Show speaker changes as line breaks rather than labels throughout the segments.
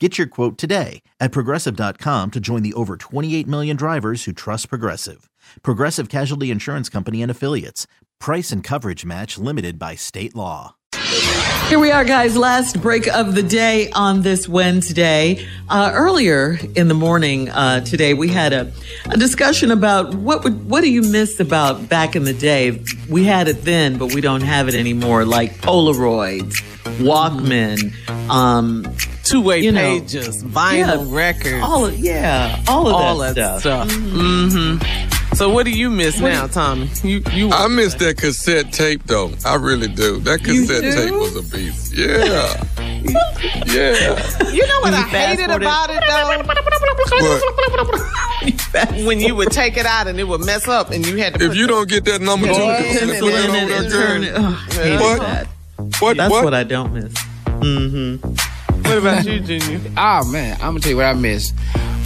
Get your quote today at progressive.com to join the over 28 million drivers who trust Progressive. Progressive Casualty Insurance Company and Affiliates. Price and coverage match limited by state law.
Here we are, guys. Last break of the day on this Wednesday. Uh, earlier in the morning uh, today, we had a, a discussion about what would what do you miss about back in the day? We had it then, but we don't have it anymore. Like Polaroids, Walkman, um,
two way
You know,
pages, vinyl
yeah,
records,
all of, yeah, all of
all
that, stuff.
hmm So what do you Uh, miss now, Tommy? You you
I miss that cassette tape though. I really do. That cassette
do?
tape was a beast. Yeah. yeah.
you know what I
fast
hated
forward it.
about it though when you would take it out and it would mess up and you had to.
If
put
you don't get that number two,
Boy,
cassette
and
tape
then
on
it
that
is
girl.
turning.
Hated
What?
Oh, that.
What,
That's
what?
what I don't miss. Mm-hmm.
What about you, Junior?
Oh man, I'm gonna tell you what I miss.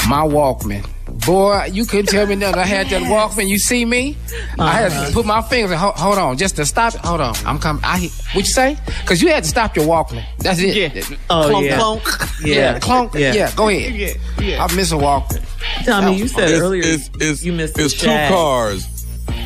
My Walkman. Boy, you couldn't tell me nothing. I had that Walkman. You see me? I had to put my fingers. Hold, hold on, just to stop it. Hold on, I'm coming. I what you say? Because you had to stop your Walkman. That's it. Uh,
Oh
Clunk,
yeah.
clunk.
yeah. Clunk.
Yeah.
Yeah. Go ahead.
Yeah, yeah.
I miss a Walkman.
Tommy, you said
It's,
earlier
it's, it's,
you missed the
it's two
shag.
cars.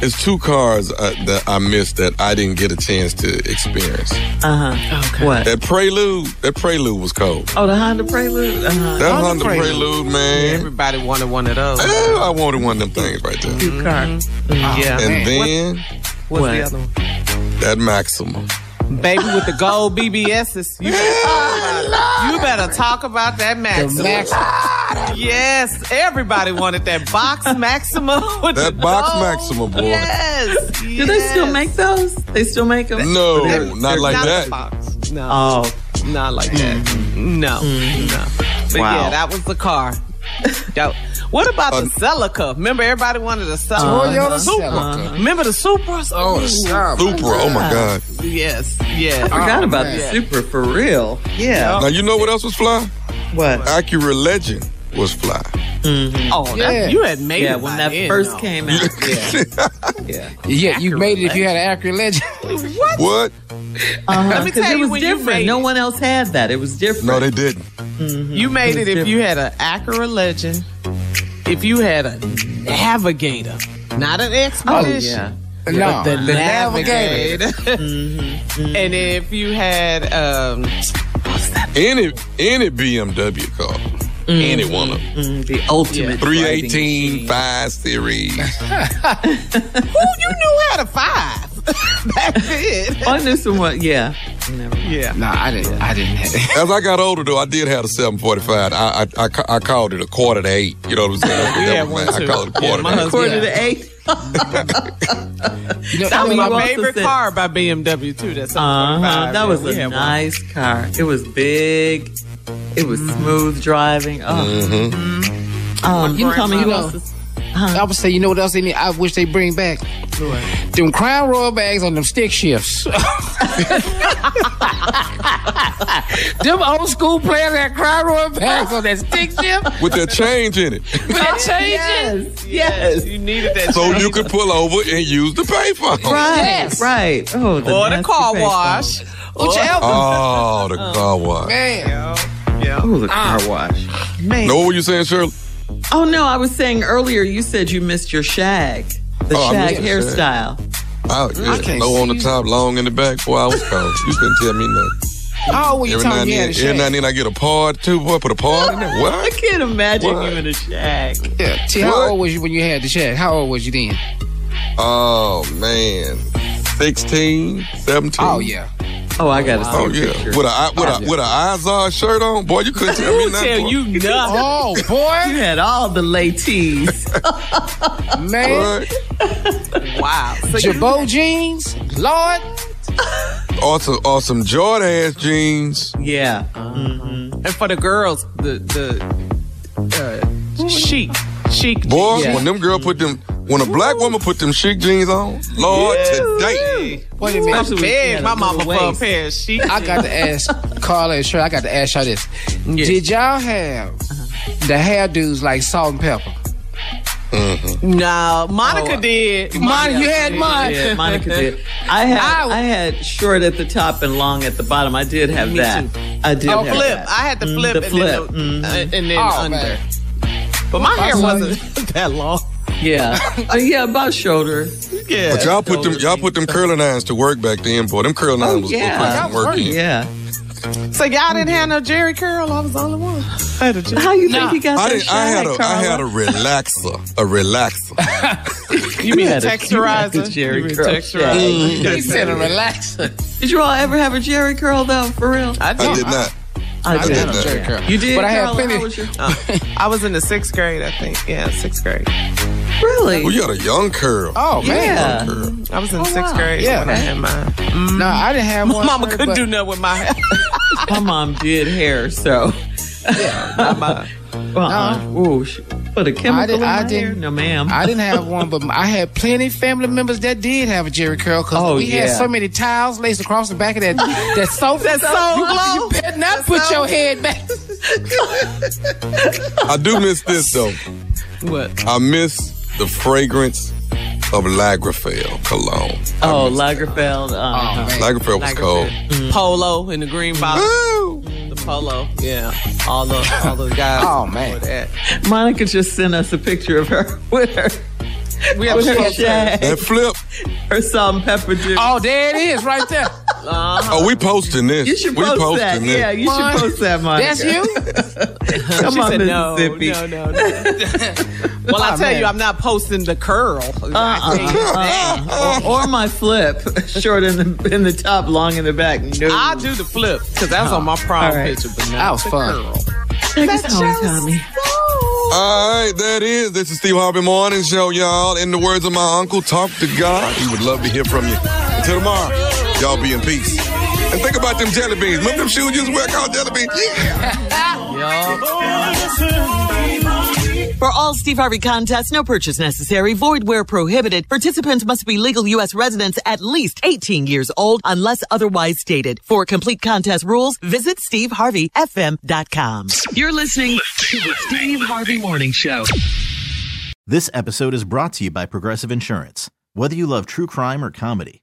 It's two cars uh, that I missed that I didn't get a chance to experience.
Uh-huh.
Okay.
What?
That Prelude, that Prelude was cold.
Oh, the Honda Prelude. Uh-huh.
That Honda
Honda
Prelude, man.
Everybody wanted one of those.
Eh, I wanted one of them things right there.
Cute car.
yeah.
And then
What's
Mm-hmm. What?
the other one?
that Maxima.
Baby with the gold BBSs. You better, you better talk about that Max.
The Max.
Yes, everybody wanted that box Maxima. with
That
the
box
gold.
Maxima, boy.
Yes.
Do they still make those? They still make them?
No,
They're-
not
they're
like
not
that.
The box. No,
Oh, Mm-hmm.
not like that. No, no. But yeah,
Wow.
that was the car. That- what about the Celica? Remember, everybody wanted a Celica.
Toyota
Supra.
Celica.
Remember the Supras?
Oh,
Ooh,
stop.
Supra. Oh my God.
yes, yes. Oh,
forgot
Oh,
about
man.
the Super for real. Yeah.
Now you know what else was fly?
What?
Acura Legend was fly.
Oh, that-
Yeah.
you had made
Yeah,
it
when
by
that
then,
first
though.
came out. Yeah. yeah.
Yeah, you made it if you had an accurate legend.
Let
What?
me
Because
tell
it
you,
was
when you
different.
made
No
it.
one else had that. It was different.
No, they didn't.
You made it if you had an Acura Legend, if you had a Navigator, not an
Oh,
Expedition.
yeah.
no,
The,
Navigator.
Navigator. And if you had, um,
Any any BMW car. Any one of them.
Mm, the ultimate. driving
318,
machine.
5 Series.
who you knew had a five? That's it.
Oh, I knew someone. Yeah. Never.
Yeah.
No, I didn't. I didn't have it.
As I got older, though, I did have a 745. I I, I, ca- I called it a quarter to eight. You know what I'm saying?
We
That
had
was
one
my- I
too.
called it a
Yeah,
quarter
my
to eight.
husband-
Quarter to eight.
You know,
I mean,
My
you also
favorite
said-
car by BMW too. That's
Uh-huh. That was
yeah, we
a
had one.
nice car. It was big. It was smooth driving. Oh.
Mm-hmm.
Um, you tell me who else is
I would say, you know what else they need? I wish they bring back them crown royal bags on them stick shifts. them old school players had crown royal bags on that stick shift.
With that change in it.
That change it.
Yes. Yes.
You needed that.
So you could pull over and use the payphone.
Right.
Yes.
Right. Oh, the
or the
nasty
car
face
wash.
Whichever.
Oh, the car wash.
Man.
on. Oh, the car wash. Man.
Know what you saying, Shirley?
Oh no, I was saying earlier. You said you missed your shag, the
Oh, I
shag
missed the shag.
hairstyle.
Oh, yeah.
can't
Low on the
see.
top, long in the back. Boy, I was cold. You couldn't tell me nothing.
Oh, well, you
Every now
told
and
me you
then, every now
had a
and
shag.
then I get a pod too, boy. Put a pod in there.
I
What?
can't imagine
What?
you in a shag.
Yeah. See, how
What?
old was you when you had the shag? How old was you then?
Oh man, 16, 17.
Oh, yeah.
Oh, I gotta see
Oh
a
yeah,
picture.
with a with a with a Izod shirt on, boy, you couldn't tell me
Who
nothing.
tell
boy.
you nothing?
Oh,
You
boy.
had all the latees.
Man.
What?
wow. So you-
Jabot jeans. Lord.
Awesome, awesome Jordan ass jeans.
yeah.
and for the girls, the the uh, chic, chic.
Boy,
jeans.
when them girl put them, when a black woman put them chic jeans on, Lord, today.
Wait a
I
minute.
begged my
a little
mama for a
waist.
pair of chic.
I got to ask Carla and Shirley, I got to ask y'all this. Did y'all have
Uh-huh.
the hairdos like salt and pepper?
No, Monica
Oh,
did.
Monica, you had mine.
Yeah,
Monica did. I had
I-
I, had short at the top and long at the bottom. I did have
Me
that.
too.
I did.
Oh,
have
flip.
that.
I had to
Mm,
flip,
the flip. Mm-hmm.
and then, the, uh, and then under.
Oh, man.
But my hair
son-
wasn't that long.
Yeah. Uh, yeah, about shoulder.
Yeah.
But y'all put them, y'all put them curling irons to work back then, boy. Them curling irons was
yeah.
yeah.
Oh, That was
working.
working.
Yeah.
So y'all didn't have no Jerry curl. I was the only one. I had a Jerry.
How you think you got
I
that
didn't, I had a,
shag,
I had a
Carla?
relaxer, a relaxer.
You mean
had a- you had
texturizer?
a Jerry
You mean
curl.
texturizer?
He said a relaxer.
Did you all ever have a Jerry curl though? For real?
I
I
Uh-uh.
did.
did not.
I
did not.
Jerry curl.
You did.
But I had
Carla? How
plenty-
was your-
I was in the sixth grade, I think. Yeah, sixth grade.
Really?
Well, you had a young curl.
Oh, man.
yeah.
Curl.
I was in sixth
wow.
grade
Yeah.
when I had mine.
No, I didn't have one.
Mama
Shirley,
couldn't
but-
do nothing with my hair.
My mom did hair, so. Uh-uh. Ooh, she put a chemical
I did-
in
I
my hair?
didn't-
No, ma'am.
I didn't have one, but I had plenty of family members that did have a Jerry curl because
Oh,
we had
yeah.
so many towels laced across the back of that that sofa.
That sofa.
You, you better not
That
put
sofa.
your head back.
I do miss this though.
what?
I miss the fragrance of Lagerfeld cologne.
oh, Lagerfeld.
Oh,
Uh,
man.
Lagerfeld was cold.
Polo in the green box.
Ooh.
The polo. Yeah. All the all those guys.
Oh, man.
wore that.
Monica just sent us a picture of her with her,
We had
with her
a
shag,
That flip.
her salt and pepper dip.
Oh, there it is, right there.
Oh, we posting this.
you should
we
post that.
posting this.
Yeah, you should
Mon-
post that, Monica.
That's you.
Come on,
no,
Mississippi.
no, no, no. well, I tell
man.
you, I'm not posting the curl. I tell you that.
Or my flip, short in the in the top, long in the back. No,
I do the flip because that was
Uh-huh.
on my prom
All right.
picture, but
That
not
was
the
fun.
curl.
Take us home, Tommy.
All right, that is. This is Steve Harvey Morning Show, y'all. In the words of my uncle, talk to God. He would love to hear from you. Until tomorrow, y'all be in peace. And think about them jelly beans. Remember them shoes you used to wear called jelly beans? Yeah.
For all Steve Harvey contests, no purchase necessary, void where prohibited. Participants must be legal U.S. residents at least 18 years old unless otherwise stated. For complete contest rules, visit steveharveyfm.com. You're listening to the Steve Harvey Morning Show.
This episode is brought to you by Progressive Insurance. Whether you love true crime or comedy,